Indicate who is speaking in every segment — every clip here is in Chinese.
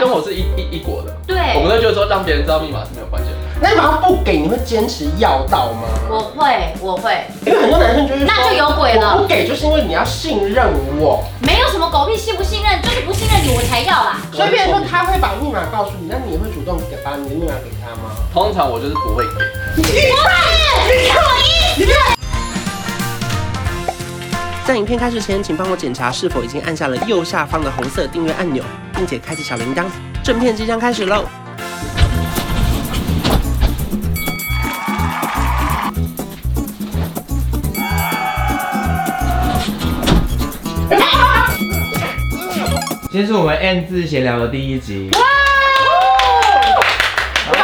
Speaker 1: 跟我是一一一国的，我
Speaker 2: 对，
Speaker 1: 们都觉得说让别人知道密码是没有关系的。
Speaker 3: 那如果他不给，你会坚持要到吗？
Speaker 2: 我会，我会，
Speaker 3: 因为很多男生就是
Speaker 2: 哦
Speaker 3: 说
Speaker 2: 那就有鬼了
Speaker 3: 我不给就是因为你要信任我，
Speaker 2: 没有什么狗屁信不信任，就是不信任你我才要啦。
Speaker 3: 所以变成说他会把密码告诉你，那你会主动给把你的密码给他吗？
Speaker 1: 通常我就是不会给。
Speaker 3: 在影片开始前，请帮我检查是否已经按下了右下方的红色订阅按钮，并且开启小铃铛。正片即将开始喽！
Speaker 4: 今天是我们 N 字闲聊的第一集，
Speaker 3: 那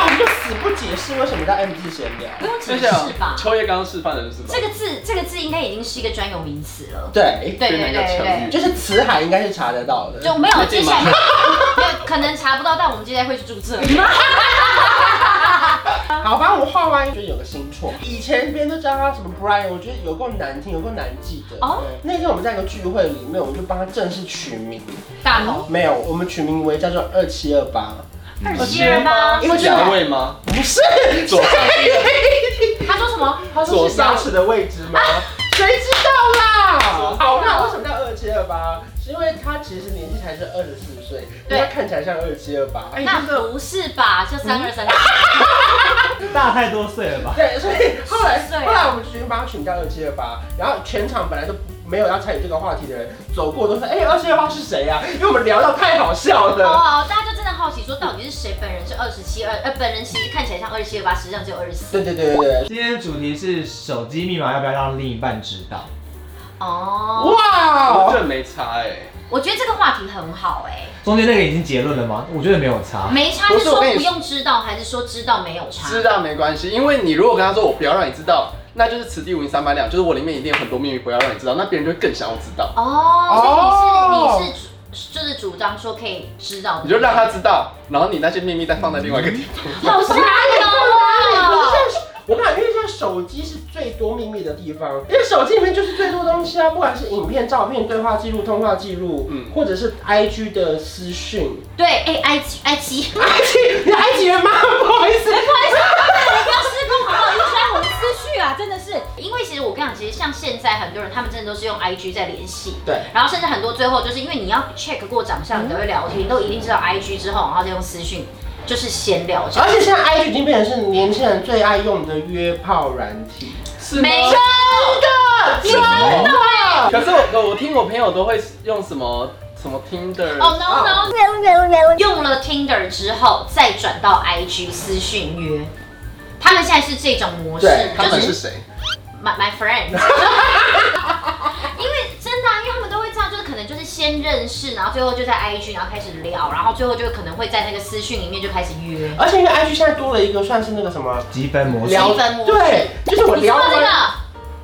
Speaker 3: 我们就死不解释为什么叫 M G 闲聊。
Speaker 2: 不用解
Speaker 1: 而
Speaker 2: 释
Speaker 1: 且
Speaker 2: 吧？
Speaker 1: 秋叶刚刚示范的是什么
Speaker 2: 这？个字，这个字应该已经是一个专有名词了。
Speaker 3: 对，
Speaker 2: 对对
Speaker 1: 变成
Speaker 2: 对
Speaker 1: 一个
Speaker 2: 对
Speaker 1: 成
Speaker 2: 对
Speaker 1: 语。
Speaker 3: 就是词海应该是查得到的。
Speaker 2: 就没有
Speaker 1: 确
Speaker 2: 接
Speaker 1: 定
Speaker 2: 下
Speaker 1: 吗
Speaker 2: 来，没有可能查不到，但我们接下来会去注册。
Speaker 3: 好吧，我画完觉得有个新错。以前别人都叫他什么 Brian，我觉得有够难听，有够难记的。
Speaker 2: 哦
Speaker 3: 对那天我们在一个聚会里面，我们就帮他正式取名，
Speaker 2: 大头
Speaker 3: 没有，我们取名为叫做二七二八，
Speaker 2: 二七二八，
Speaker 3: 因为
Speaker 1: 是啊
Speaker 3: 觉得
Speaker 1: 阳位吗？
Speaker 3: 不是
Speaker 1: 左上
Speaker 2: 他说什么？
Speaker 3: 他
Speaker 1: 左
Speaker 3: 说是
Speaker 1: 上
Speaker 3: 牙
Speaker 1: 齿的位置吗？
Speaker 3: 谁知道啦？
Speaker 2: 道
Speaker 3: 好，那为什么叫二七二八？是因为他其实年纪才是二十四岁，
Speaker 2: 对哎
Speaker 3: 他看起来像二七二八。
Speaker 2: 那不是吧？就三二三四，
Speaker 4: 大太多岁了吧？
Speaker 3: 对，所以后来
Speaker 2: 是啊
Speaker 3: 后来我们就决定帮他取名叫二七二八，然后全场本来都没有要参与这个话题的人走过都说，哎、二七二八是谁呀、因为我们聊到太好笑了。
Speaker 2: 哦，大家就真的好奇说，到底是谁？本人是二十七二，呃，本人其实看起来像二十七二八，实际上只有二十四。
Speaker 3: 对对对对对，
Speaker 4: 今天的主题是手机密码要不要让另一半知道？
Speaker 2: 哦，
Speaker 1: 我
Speaker 3: 哇，
Speaker 1: 这没差哎。
Speaker 2: 我觉得这个话题很好哎，
Speaker 4: 中间那个已经结论了吗？我觉得没有差。
Speaker 2: 没差
Speaker 1: 不
Speaker 2: 是
Speaker 1: 是
Speaker 2: 说
Speaker 1: 我跟你
Speaker 2: 不用知道，还是说知道没有差？
Speaker 1: 知道啊没关系，因为你如果跟他说我不要让你知道，那就是此地无银三百两，就是我里面一定有很多秘密不要让你知道，那别人就会更想要知道，
Speaker 2: 哦，
Speaker 3: 哦
Speaker 2: 所以你是你是主就是主张说可以知道的，
Speaker 1: 你就让他知道，然后你那些秘密再放在另外一个地方。
Speaker 2: 好吓人
Speaker 3: 不是
Speaker 2: 哦！
Speaker 3: 像哎我跟你讲，因为现在手机是最多秘密的地方，因为手机里面就是最多东西啊，不管是影片、照片、对话记录、通话记录，
Speaker 1: 嗯
Speaker 3: 或者是 IG 的私讯。
Speaker 2: 对，哎、埃及埃及，
Speaker 3: 埃及，你埃及人吗？不好意思，
Speaker 2: 不要失控好不好？又摔我的思绪啊！真的是，因为其实我跟你讲，其实像现在很多人，他们真的都是用 IG 在联系。
Speaker 3: 对，
Speaker 2: 然后甚至很多最后就是因为你要 check 过长相，你才会聊天，都一定知道 IG 之后，然后再用私讯就是闲聊这样。
Speaker 3: 而且现在 IG 已经变成是年轻人最爱用的约炮软体。
Speaker 1: 是
Speaker 2: 没错，
Speaker 3: 真的
Speaker 1: 可是我我听我朋友都会用什么什么 Tinder，、
Speaker 2: 哦 no no，用了 Tinder 之后再转到 IG 私讯约，他们现在是这种模式
Speaker 3: 对，
Speaker 1: 他
Speaker 2: 就
Speaker 1: 们
Speaker 2: 是
Speaker 1: 是谁？
Speaker 2: my my friend。因为真的、啊，因为他们都会这样，就是可能就是先认识，然后最后就在 IG，然后开始聊，然后最后就可能会在那个私讯里面就开始约。
Speaker 3: 而且因为 IG 现在多了一个算是那个什么
Speaker 4: 积分模式
Speaker 2: 聊积分模式
Speaker 3: 对，就是
Speaker 2: 嗯
Speaker 3: 我
Speaker 2: 你知
Speaker 3: 聊
Speaker 2: 道这
Speaker 3: 完，
Speaker 2: 个
Speaker 3: 哎、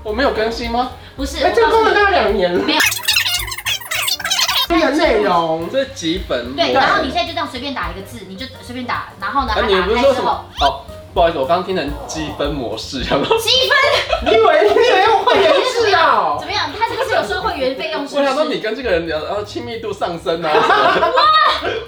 Speaker 1: 我没有更新吗？
Speaker 2: 不是？
Speaker 3: 这个
Speaker 2: 我告诉
Speaker 3: 功
Speaker 2: 你
Speaker 3: 能大概两年了
Speaker 2: 没有。
Speaker 3: 这个内容，
Speaker 1: 这是几本
Speaker 2: 对，
Speaker 1: 模
Speaker 2: 然后你现在就这样随便打一个字，你就随便打，然后呢，
Speaker 1: 那
Speaker 2: 它
Speaker 1: 哎你
Speaker 2: 打
Speaker 1: 不是
Speaker 2: 开
Speaker 1: 说
Speaker 2: 之
Speaker 1: 什
Speaker 2: 后
Speaker 1: 么？哦，不好意思，我刚刚听成积分模式，然 后
Speaker 2: 积分
Speaker 3: 你以为你以为我会员制啊？
Speaker 2: 怎么样？他这个是有收会员费用，是
Speaker 1: 我
Speaker 2: 不
Speaker 1: 想说你
Speaker 2: 是？
Speaker 1: 跟这个人聊，然后亲密度上升 啊什么的。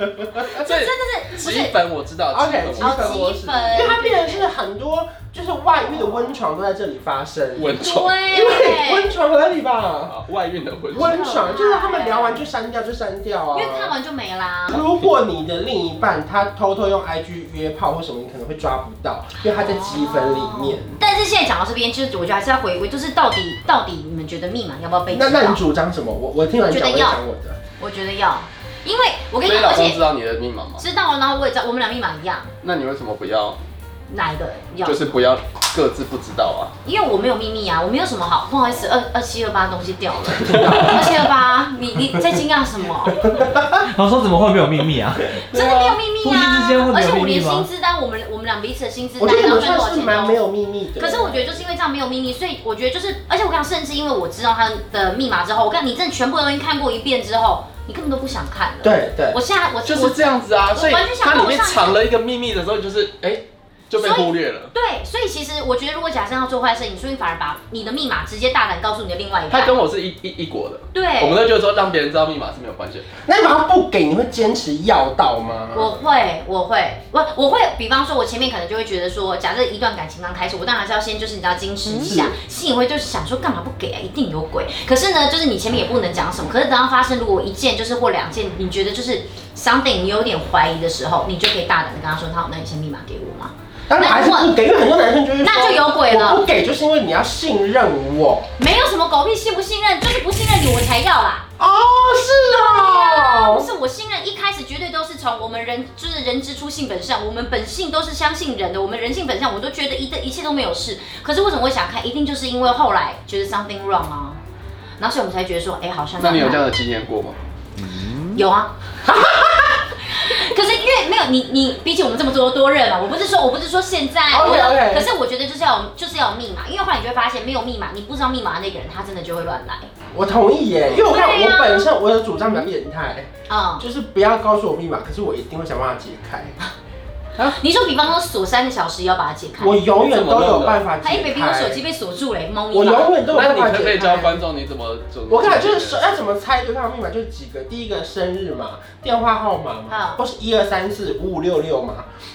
Speaker 1: 所以
Speaker 2: 真的是不
Speaker 1: 积
Speaker 2: 是？
Speaker 1: 分我知道，积分
Speaker 3: OK，
Speaker 1: 我知
Speaker 3: 积分
Speaker 1: 道。
Speaker 2: 哦，积分，
Speaker 3: 因为它变成
Speaker 2: 对
Speaker 3: 是很多就是外遇的温床都在这里发生。
Speaker 1: 温床，
Speaker 3: 因为
Speaker 2: 对
Speaker 3: 温，床合理吧？
Speaker 1: 啊外运的温床。
Speaker 3: 温床就是他们聊完就删掉就删掉
Speaker 2: 因
Speaker 3: 啊。
Speaker 2: 为看完就没啦。
Speaker 3: 如果你的另一半他偷偷用 IG 约炮或什么，你可能会抓不到，因为他在积分里面。
Speaker 2: 但是现在讲到这边，就是我觉得还是要回归，就是到底到底你们觉得密码要不要被知
Speaker 3: 那那
Speaker 2: 道
Speaker 3: 你？主张什么？我我听完你讲，
Speaker 2: 我觉得
Speaker 3: 我也
Speaker 2: 要
Speaker 3: 讲我的。
Speaker 2: 我觉得要，因为我跟你
Speaker 1: 所以
Speaker 2: 讲，
Speaker 1: 老
Speaker 2: 而
Speaker 1: 公知
Speaker 2: 且
Speaker 1: 道你的密码吗？
Speaker 2: 知道，然后我也知道，我们俩密码一样，
Speaker 1: 那你为什么不要？
Speaker 2: 哪一个要？
Speaker 1: 就是不要各自不知道啊。
Speaker 2: 因为我没有秘密啊，我没有什么好，不好意思，二二七二八东西掉了，二七二八，你你在惊讶什么？
Speaker 4: 然后说怎么会没有秘密啊？
Speaker 2: 真的没有秘密啊
Speaker 4: 夫妻之间会没有秘密吗
Speaker 2: 而且我连薪资单，我们我们俩彼此的薪资
Speaker 3: 我
Speaker 2: 单，
Speaker 3: 觉得你
Speaker 2: 然后
Speaker 3: 们
Speaker 2: 赚多
Speaker 3: 算
Speaker 2: 少
Speaker 3: 是
Speaker 2: 钱
Speaker 3: 蛮没
Speaker 2: 都。
Speaker 3: 有秘密的。
Speaker 2: 可是我觉得就是因为这样没有秘密，所以我觉得就是，而且我刚甚至因为我知道他的密码之后，我看你真的全部都已经看过一遍之后，你根本都不想看了。，
Speaker 3: 对对
Speaker 2: 我现在我
Speaker 1: 就是这样子啊，
Speaker 2: 我
Speaker 1: 所以
Speaker 2: 完全想
Speaker 1: 它
Speaker 2: 跟
Speaker 1: 里
Speaker 2: 我
Speaker 1: 面
Speaker 2: 上一
Speaker 1: 藏了一个秘密的时候，就是哎，就被
Speaker 2: 所以
Speaker 1: 忽略了。
Speaker 2: 对，所以其实我觉得，如果假设要做坏事，你说你反而把你的密码直接大胆告诉你的另外一
Speaker 1: 他
Speaker 2: 半，
Speaker 1: 跟我是一一一国的，我们
Speaker 2: 对，
Speaker 1: 都觉得说让别人知道密码是没有关系的。
Speaker 3: 那你把它不给，你会坚持要到吗？
Speaker 2: 我会，我会，我我会，比方说，我前面可能就会觉得说，假设一段感情刚开始，我当然是要先就是你知道矜持一下，心里会就是想说干嘛不给啊，一定有鬼。可是呢，就是你前面也不能讲什么，可是等到发生如果一件就是或两件，你觉得就是 something 你有点怀疑的时候，你就可以大胆的跟他说，那好，那你先密码给我嘛。
Speaker 3: 当然还是不给，因为很多男生就会说
Speaker 2: 那就有鬼了
Speaker 3: 我不给就是因为你要信任我。
Speaker 2: 没有什么狗屁信不信任，就是不信任你我才要啦。
Speaker 3: 哦，是
Speaker 2: 不
Speaker 3: 哦。
Speaker 2: 是我信任，一开始绝对都是从我们人就是人之初性本善，我们本性都是相信人的，我们人性本善，我都觉得一的一切都没有事。可是为什么会想看？一定就是因为后来觉得 something wrong 啊，然后所以我们才觉得说，哎、好像
Speaker 1: 那你有这样的经验过吗？
Speaker 2: 有啊。 可是因为没有你，你比起我们这么多多人嘛，我不是说我不是说现在
Speaker 1: 哦
Speaker 3: OK，OK
Speaker 2: 我可是我觉得就是要有就是要有密码，因为后来你就会发现没有密码，你不知道密码的那个人他真的就会乱来，
Speaker 3: 我同意耶，因为我看
Speaker 2: 对啊
Speaker 3: 我本身我的主张比较变态，
Speaker 2: 嗯。
Speaker 3: 就是不要告诉我密码，可是我一定会想办法解开，
Speaker 2: 你说，比方说锁三个小时要把它解开，
Speaker 3: 我永远都有办法
Speaker 2: 哎
Speaker 3: 解
Speaker 2: ，baby，
Speaker 3: 开。
Speaker 2: 我手机被锁住了，猫咪
Speaker 3: 我
Speaker 2: 吧。
Speaker 3: 永远都有
Speaker 1: 那
Speaker 3: 办
Speaker 1: 你
Speaker 3: 法
Speaker 1: 可不可
Speaker 3: 解
Speaker 1: 以教
Speaker 3: 开。
Speaker 1: 观众你怎么怎么？
Speaker 3: 我看就是哎说要怎么猜对方的密码，就是几个，第一个生日嘛，电话号码嘛
Speaker 2: 嗯，
Speaker 3: 或是一二三四五五六六嘛，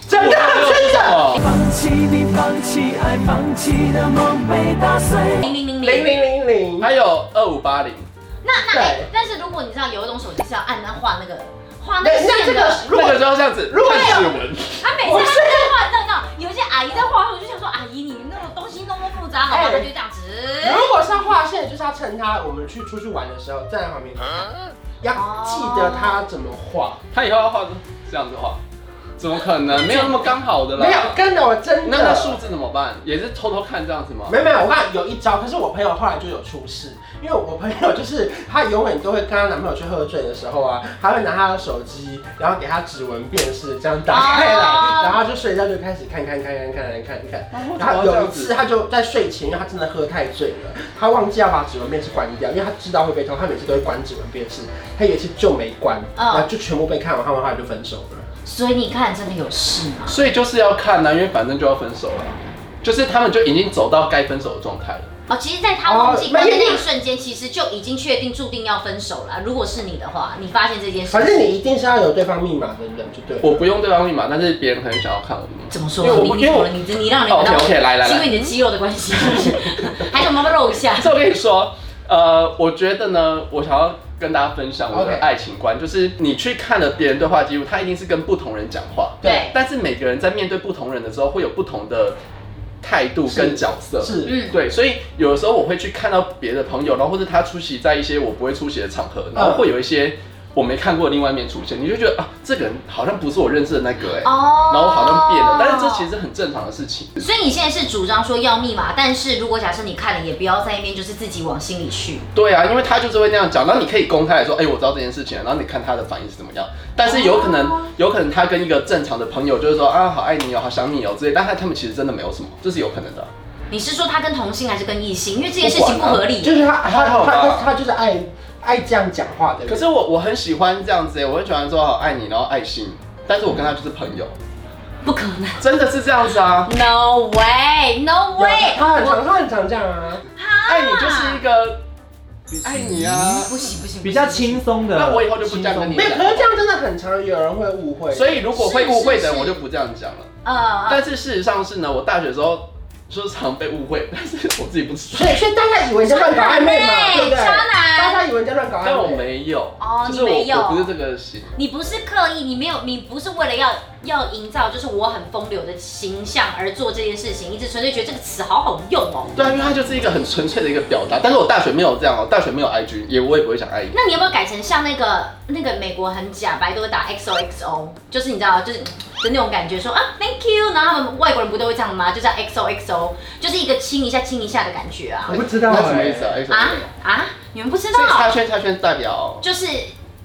Speaker 3: 真的真的。
Speaker 1: 哦
Speaker 5: 放弃你，放弃爱，放弃的梦被打碎。
Speaker 2: 零零零
Speaker 3: 零
Speaker 2: 零。
Speaker 3: 零零零，
Speaker 2: 哎
Speaker 1: 还有二五八零，
Speaker 2: 那那哎
Speaker 3: 对，
Speaker 2: 但是如果你知道有一种手机是要按那画那个画那
Speaker 3: 对
Speaker 2: 个
Speaker 3: 那这
Speaker 2: 线
Speaker 3: 个
Speaker 2: 的，
Speaker 3: 如果
Speaker 1: 那个时候这样子，
Speaker 3: 如果
Speaker 1: 看指纹，
Speaker 2: 他每次
Speaker 3: 我
Speaker 2: 他
Speaker 3: 是
Speaker 2: 在画那个，有一些阿姨在画，我就想说，阿姨你那种东西弄么复杂，好吧，
Speaker 3: 哎
Speaker 2: 那就这样子。
Speaker 3: 如果是要划线，就是要趁他我们去出去玩的时候站在旁边，
Speaker 2: 啊
Speaker 3: 要记得他怎么画。
Speaker 1: 他以后要画这样子画，怎么可能？没有那么刚好的啦。
Speaker 3: 没有，跟着我真
Speaker 1: 哦那那
Speaker 3: 的。
Speaker 1: 数字怎么办？也是偷偷看这样子吗？
Speaker 3: 没有没有，我看有一招，可是我朋友后来就有出事，因为我朋友就是她永远都会跟她男朋友去喝醉的时 候啊，她会拿她的手机，然后给他指纹辨识，这样打开来，
Speaker 2: 哦
Speaker 3: 然后就睡觉就开始看看看看看看看看。
Speaker 1: 有
Speaker 3: 然后有一次，她就在睡前，因为她真的喝太醉了，她忘记要把指纹辨识关掉，因为她知道会被偷，她每次都会关指纹辨识，她有一次就没关，
Speaker 2: 嗯
Speaker 3: 然后就全部被看完，他们后来就分手了。
Speaker 2: 所以你看，真的有事吗？
Speaker 1: 所以就是要看呐、因为反正就要分手了，就是他们就已经走到该分手的状态了。
Speaker 2: 哦，其实，在他忘记
Speaker 3: 哦
Speaker 2: 关的
Speaker 3: 没有
Speaker 2: 那一瞬间，其实就已经确定注定要分手了。如果是你的话，你发现这件事，
Speaker 3: 反正你一定是要有对方密码的人就对了。
Speaker 1: 我不用对方密码，但是别人很想要看我的密码。
Speaker 2: 怎么说
Speaker 1: 因为？我
Speaker 2: 你你
Speaker 1: 因为
Speaker 2: 怎
Speaker 1: 我
Speaker 2: 么了？你你让人
Speaker 1: 哦 OK OK，来来
Speaker 2: 是因为
Speaker 1: 来，
Speaker 2: 你的肌肉的关系，是不是？ 还是我妈妈露 一下？
Speaker 1: 这我跟你说，呃，我觉得呢，我想要跟大家分享我的
Speaker 3: OK
Speaker 1: 爱情观就是你去看了别人对话记录，他一定是跟不同人讲话，
Speaker 2: 对，
Speaker 1: 但是每个人在面对不同人的时候，会有不同的态度跟角色。
Speaker 3: 是。
Speaker 2: 嗯，
Speaker 1: 对，所以有的时候我会去看到别的朋友，然后或者他出席在一些我不会出席的场合，然后
Speaker 3: 嗯
Speaker 1: 会有一些我没看过的另外一面出现，你就觉得啊，这个人好像不是我认识的那个哎、
Speaker 2: 哦
Speaker 1: 然后我好像变了，但是这其实是很正常的事情。
Speaker 2: 所以你现在是主张说要密码，但是如果假设你看了，也不要在那边就是自己往心里去。
Speaker 1: 对啊，因为他就是会那样讲，然后你可以公开来说，哎、我知道这件事情了，然后你看他的反应是怎么样。但是有可能，有可能他跟一个正常的朋友就是说啊，好爱你哦，好想你哦之类，但他他们其实真的没有什么，这是有可能的。啊
Speaker 2: 你是说他跟同性还是跟异性？因为这件事情不合理。
Speaker 3: 就是他他
Speaker 1: 还好
Speaker 3: 他
Speaker 1: 吧
Speaker 3: 他他就是爱爱这样讲话的人。
Speaker 1: 可是我我很喜欢这样子、哎，我很喜欢说好爱你，然后爱心，但是我跟他就是朋友，
Speaker 2: 不可能
Speaker 1: 真的是这样子啊。
Speaker 2: ，No way，No
Speaker 3: 有
Speaker 2: way，
Speaker 3: 他很常他很常这样啊，
Speaker 1: 爱你就是一个爱你啊，
Speaker 2: 不行不行，
Speaker 4: 比较
Speaker 2: 不行。
Speaker 4: 轻松的。
Speaker 1: 那我以后就不这样跟你
Speaker 3: 没有。可是这样真的很常有人会误会。
Speaker 1: 所以如果会误会的
Speaker 2: 是
Speaker 1: 人，
Speaker 2: 是
Speaker 1: 我就不这样讲了。
Speaker 2: 呃，
Speaker 1: 但是事实上是呢，我大学的时候就是常被误会，但是我自己不知道。
Speaker 3: 所以所以大家以为你在乱搞暧昧嘛，对不对？
Speaker 2: 哎渣男
Speaker 3: 大家以为你在乱搞
Speaker 1: 但我
Speaker 3: 暧昧。
Speaker 1: 没有，
Speaker 2: 哦
Speaker 1: 就是
Speaker 2: 你没有
Speaker 1: 我我不是这个型。
Speaker 2: 你不是刻意，你没有，你不是为了要要营造就是我很风流的形象而做这件事情，你只纯粹觉得这个词好好用哦。
Speaker 1: 对啊，因为它就是一个很纯粹的一个表达。但是我大学没有这样哦，大学没有 IG，也我也不会想 IG。
Speaker 2: 那你有没有改成像那个那个美国很假白都会打 XOXO，就是你知道就是的那种感觉说啊 Thank you，然后他们外国人不都会这样吗？就叫 XOXO，就是一个亲一下亲一下的感觉啊
Speaker 3: 我不知道
Speaker 1: 那
Speaker 3: 哎
Speaker 1: 什么意思啊？
Speaker 2: 啊啊！你们不
Speaker 1: 所
Speaker 2: 知
Speaker 1: 以
Speaker 2: 道
Speaker 1: 插，圈插圈代表
Speaker 2: 就是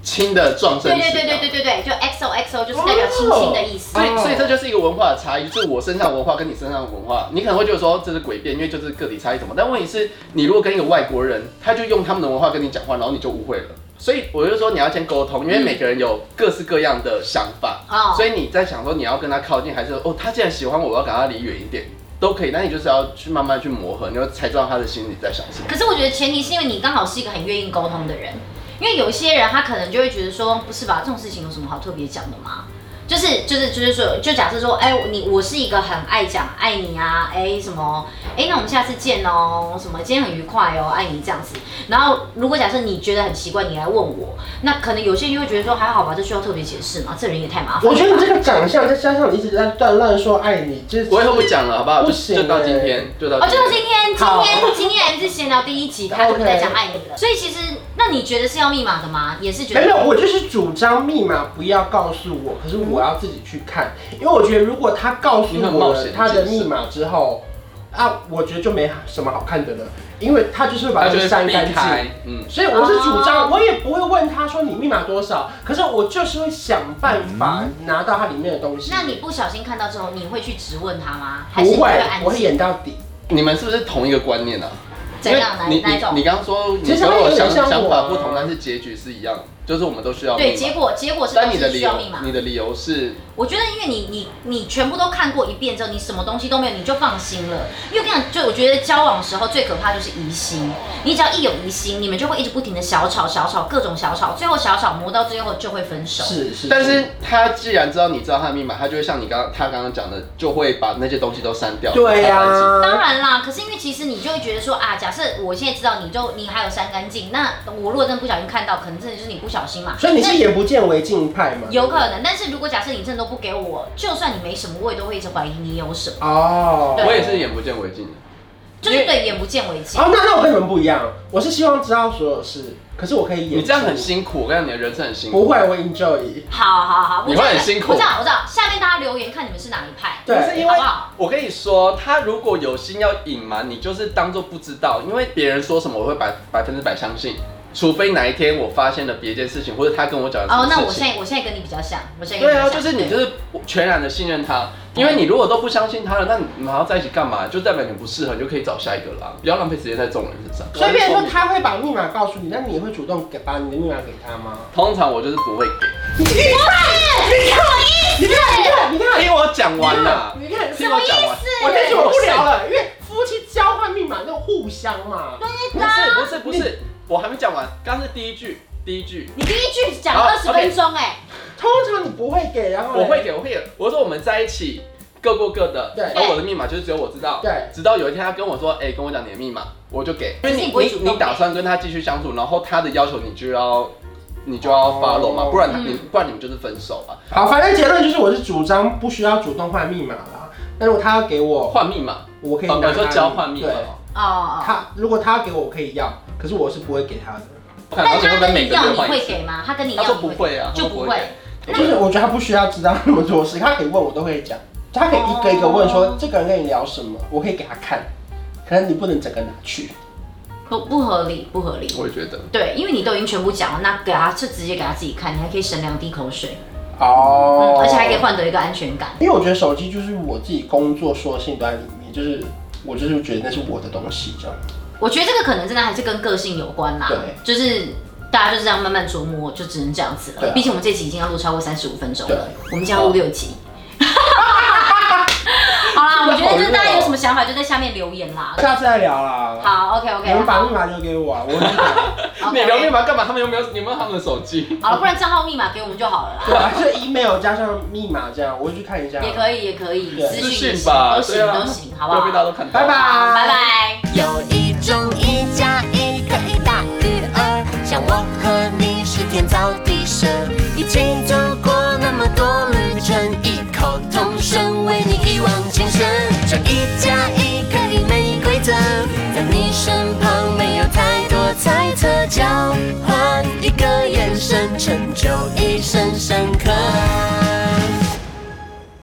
Speaker 1: 亲的撞
Speaker 2: 对
Speaker 1: 声。
Speaker 2: 对对对对。对对，就 XOXO 就是代表亲亲的意思
Speaker 1: 所。以，所以这就是一个文化的差异，就是我身上的文化跟你身上的文化，你可能会觉得说这是诡辩，因为就是个体差异什么。但问题是，你如果跟一个外国人，他就用他们的文化跟你讲话，然后你就误会了。所以我就说你要先沟通，因为每个人有各式各样的想法，
Speaker 2: 哦
Speaker 1: 所以你在想说你要跟他靠近，还是哦他既然喜欢我，我要跟他离远一点，都可以。那你就是要去慢慢去磨合，你就才知道他的心里在想什 么。
Speaker 2: 可是我觉得前提是因为你刚好是一个很愿意沟通的人，因为有一些人他可能就会觉得说，不是吧，这种事情有什么好特别讲的吗？就是就是就是说，就假设说，哎、你我是一个很爱讲爱你啊，哎、什么，哎、那我们下次见哦，什么今天很愉快哦，爱你这样子。然后如果假设你觉得很奇怪，你来问我，那可能有些人就会觉得说，还好吧，这需要特别解释吗？这人也太麻烦。
Speaker 3: 我觉得你这个长相，再加上你一直在断乱说爱你，就是
Speaker 1: 我以后不讲了，好不好？
Speaker 3: 不
Speaker 1: 就
Speaker 3: 行
Speaker 1: 就到
Speaker 3: 欸
Speaker 1: 今天，就到
Speaker 2: 哦，
Speaker 1: 今
Speaker 2: 就
Speaker 1: 天。
Speaker 2: 是今天，今
Speaker 3: 好
Speaker 2: 天，今天是闲聊第一集，他就不再讲爱你了。所以其实，那你觉得是要密码的吗？也是觉得
Speaker 3: 没有，我就是主张密码不要告诉我，可是我要自己去看，因为我觉得如果他告诉
Speaker 1: 你很
Speaker 3: 我
Speaker 1: 冒
Speaker 3: 了
Speaker 1: 险
Speaker 3: 他的
Speaker 1: 真是
Speaker 3: 密码之后，啊，我觉得就没什么好看的了，因为他就是会把
Speaker 1: 他
Speaker 3: 它
Speaker 1: 就会
Speaker 3: 删
Speaker 1: 避
Speaker 3: 干净
Speaker 1: 开。，嗯。
Speaker 3: 所以我是主
Speaker 2: 哦
Speaker 3: 张，我也不会问他说你密码多少，可是我就是会想办法
Speaker 1: 嗯
Speaker 3: 拿到它里面的东西。
Speaker 2: 那你不小心看到之后，你会去质问他吗？还是
Speaker 3: 不
Speaker 2: 你
Speaker 3: 会
Speaker 2: 会，安
Speaker 3: 我会
Speaker 2: 静？
Speaker 3: 演到底。
Speaker 1: 你们是不是同一个观念啊？
Speaker 2: 怎样哪
Speaker 1: 因为
Speaker 2: 哪一
Speaker 1: 你你你
Speaker 2: 种？
Speaker 1: 刚刚说你
Speaker 3: 其实
Speaker 1: 跟
Speaker 3: 他
Speaker 1: 我
Speaker 3: 有点
Speaker 1: 想
Speaker 3: 像
Speaker 1: 想
Speaker 3: 我啊
Speaker 1: 法不同，但是结局是一样的，就是我们都需要密码
Speaker 2: 对，结果结果是都
Speaker 1: 但你的
Speaker 2: 是需
Speaker 1: 理
Speaker 2: 要
Speaker 1: 由
Speaker 2: 密，码
Speaker 1: 你。的理由是
Speaker 2: 我觉得，因为你你你全部都看过一遍之后，你什么东西都没有，你就放心了。因为我跟你讲，就我觉得交往的时候最可怕就是疑心，你只要一有疑心，你们就会一直不停的小吵小吵，各种小吵，最后小吵磨到最后就会分手。
Speaker 3: 是是，
Speaker 1: 但是他既然知道你知道他的密码，他就会像你刚刚他刚刚讲的，就会把那些东西都删掉。
Speaker 3: 对啊呀、
Speaker 1: 然后才在一起
Speaker 2: 当然啦，可是因为其实你就会觉得说啊，假设我现在知道你就你还有删干净，那我如果真的不小心看到，可能真的就是你不小心嘛。
Speaker 3: 所以你
Speaker 2: 那
Speaker 3: 是眼不见为净派嘛？
Speaker 2: 有可能，但是如果假设你真的都不给我，就算你没什么，我也都会一直怀疑你有什么，
Speaker 3: 哦，
Speaker 2: 对
Speaker 1: 我也是眼不见为净的，
Speaker 2: 就是对眼不见为净。
Speaker 1: 啊
Speaker 3: 哦，那那我跟你们不一样，我是希望知道所有事，可是我可以演。
Speaker 1: 你这样很，辛苦，我跟你讲，你的人生很辛苦。
Speaker 3: 不会，我 enjoy。
Speaker 2: 好好好，
Speaker 1: 你会很辛苦
Speaker 2: 我知道，我知道。下面大家留言看你们是哪一派，
Speaker 3: 对
Speaker 1: 不是因为
Speaker 2: 好不好
Speaker 1: 我跟你说，他如果有心要隐瞒，你就是当做不知道，因为别人说什么我会百百分之百相信，除非哪一天我发现了别件事情，或者他跟我讲了什
Speaker 2: 哦
Speaker 1: 么，事
Speaker 2: 那
Speaker 1: 情。
Speaker 2: 我现在我现在跟你比较像，我现在
Speaker 1: 对
Speaker 2: 跟你比
Speaker 1: 啊，
Speaker 2: 较像
Speaker 1: 就是你就是全然的信任他，因为你如果都不相信他了，那你们还要在一起干嘛？就代表你不适合，你就可以找下一个啦，不要浪费时间在这种人身上。
Speaker 3: 所以变成
Speaker 1: 我
Speaker 3: 说
Speaker 1: 就
Speaker 3: 他会把密码告诉你，那你会主动给把你的密码给他吗？
Speaker 1: 通常我就是不会给，
Speaker 3: 你看，你看，你看，
Speaker 1: 听哎我讲完啦，
Speaker 3: 你看，
Speaker 1: 听我讲完。
Speaker 3: 我跟你们不聊了，因为夫妻交换密码就互相嘛。
Speaker 1: 不是不是不是，我还没讲完，刚刚是第一句，第一句。
Speaker 2: 你第一句讲
Speaker 1: 好
Speaker 2: 二十
Speaker 1: OK
Speaker 2: 分钟哎，
Speaker 3: 通常你不会给，然后嘞
Speaker 1: 我会。给，我会给。我说我们在一起，各过各的。
Speaker 3: 对
Speaker 1: 而我的密码就是只有我知道。
Speaker 3: 对
Speaker 1: 直到有一天他跟我说，哎、跟我讲你的密码，我就给。
Speaker 2: 可是你不会主动
Speaker 1: 你你打算跟他继续相处，然后他的要求你就要你就要 follow 嘛，
Speaker 3: 哦
Speaker 1: 不然他你、
Speaker 2: 嗯
Speaker 1: 不然你们就是分手吧。
Speaker 3: 好，反正结论就是我是主张不需要主动换密码啦。那如果他要给我，
Speaker 1: 换密码，
Speaker 3: 我可以
Speaker 1: 哦
Speaker 3: 拿
Speaker 1: 我
Speaker 3: 他。
Speaker 1: 说交换密码
Speaker 3: 对。
Speaker 1: 哦。
Speaker 2: 哦哦。
Speaker 3: 他如果他要给我，我可以要，可是我是不会给他的。
Speaker 1: 我看
Speaker 2: 但
Speaker 1: 而且
Speaker 2: 他
Speaker 1: 会跟
Speaker 2: 跟
Speaker 1: 每
Speaker 2: 你
Speaker 1: 个
Speaker 2: 要
Speaker 1: 月
Speaker 2: 你
Speaker 1: 换一
Speaker 2: 会
Speaker 1: 次。
Speaker 2: 给吗？他跟你要
Speaker 1: 他
Speaker 2: 你
Speaker 1: 说不会啊，
Speaker 2: 就不会。
Speaker 1: 他说
Speaker 3: 就
Speaker 1: 不
Speaker 3: 是
Speaker 1: 会。
Speaker 3: 我觉得他不需要知道那么多事，他可以问我都会讲，他可以一个一个问说
Speaker 2: 哦
Speaker 3: 这个人跟你聊什么，我可以给他看，可能你不能整个拿去。
Speaker 2: 不不合理，不合理。
Speaker 1: 我也觉得，
Speaker 2: 对，因为你都已经全部讲了，那给他就直接给他自己看，你还可以省两滴口水，
Speaker 3: 哦
Speaker 2: 嗯，而且还可以换得一个安全感。
Speaker 3: 因为我觉得手机就是我自己工作说性都在里面，就是我就是觉得那是我的东西这样。
Speaker 2: 我觉得这个可能真的还是跟个性有关啦，
Speaker 3: 对
Speaker 2: 就是大家就这样慢慢琢磨，就只能这样子
Speaker 3: 对
Speaker 2: 了。
Speaker 3: 啊
Speaker 2: 毕竟我们这集已经要录超过三十五分钟了，
Speaker 3: 对
Speaker 2: 我们将要录 六集。好啦，我觉
Speaker 1: 哦
Speaker 2: 得就是大家有什么想法就在下面留言啦。
Speaker 3: 下次再聊啦。
Speaker 2: 好，OK
Speaker 3: 你们
Speaker 2: OK，
Speaker 3: 把密码留给我啊，我会去打
Speaker 1: 你聊密码干嘛？他们又没有，你有没有他们的手机？
Speaker 2: 好了，不然账号密码给我们就好了啦。
Speaker 3: 对啊，就 email 加上密码这样，我会去看一下。
Speaker 2: 也可以，也可以，
Speaker 3: 对
Speaker 1: 啊
Speaker 2: 私
Speaker 1: 私
Speaker 2: 讯也
Speaker 1: 信
Speaker 2: 行
Speaker 1: 吧，
Speaker 2: 都行
Speaker 1: 对啊
Speaker 2: 都行，好不好？
Speaker 1: 不要被大家都看到。
Speaker 3: 拜拜
Speaker 2: 好拜拜。
Speaker 6: 有一种一加一可以大于二，像我和你是天造地设，一起走过那么多旅程，异口同声为你一往情深。这一加一可以没规则，在你身旁没有太多猜测，交换一个眼神，成就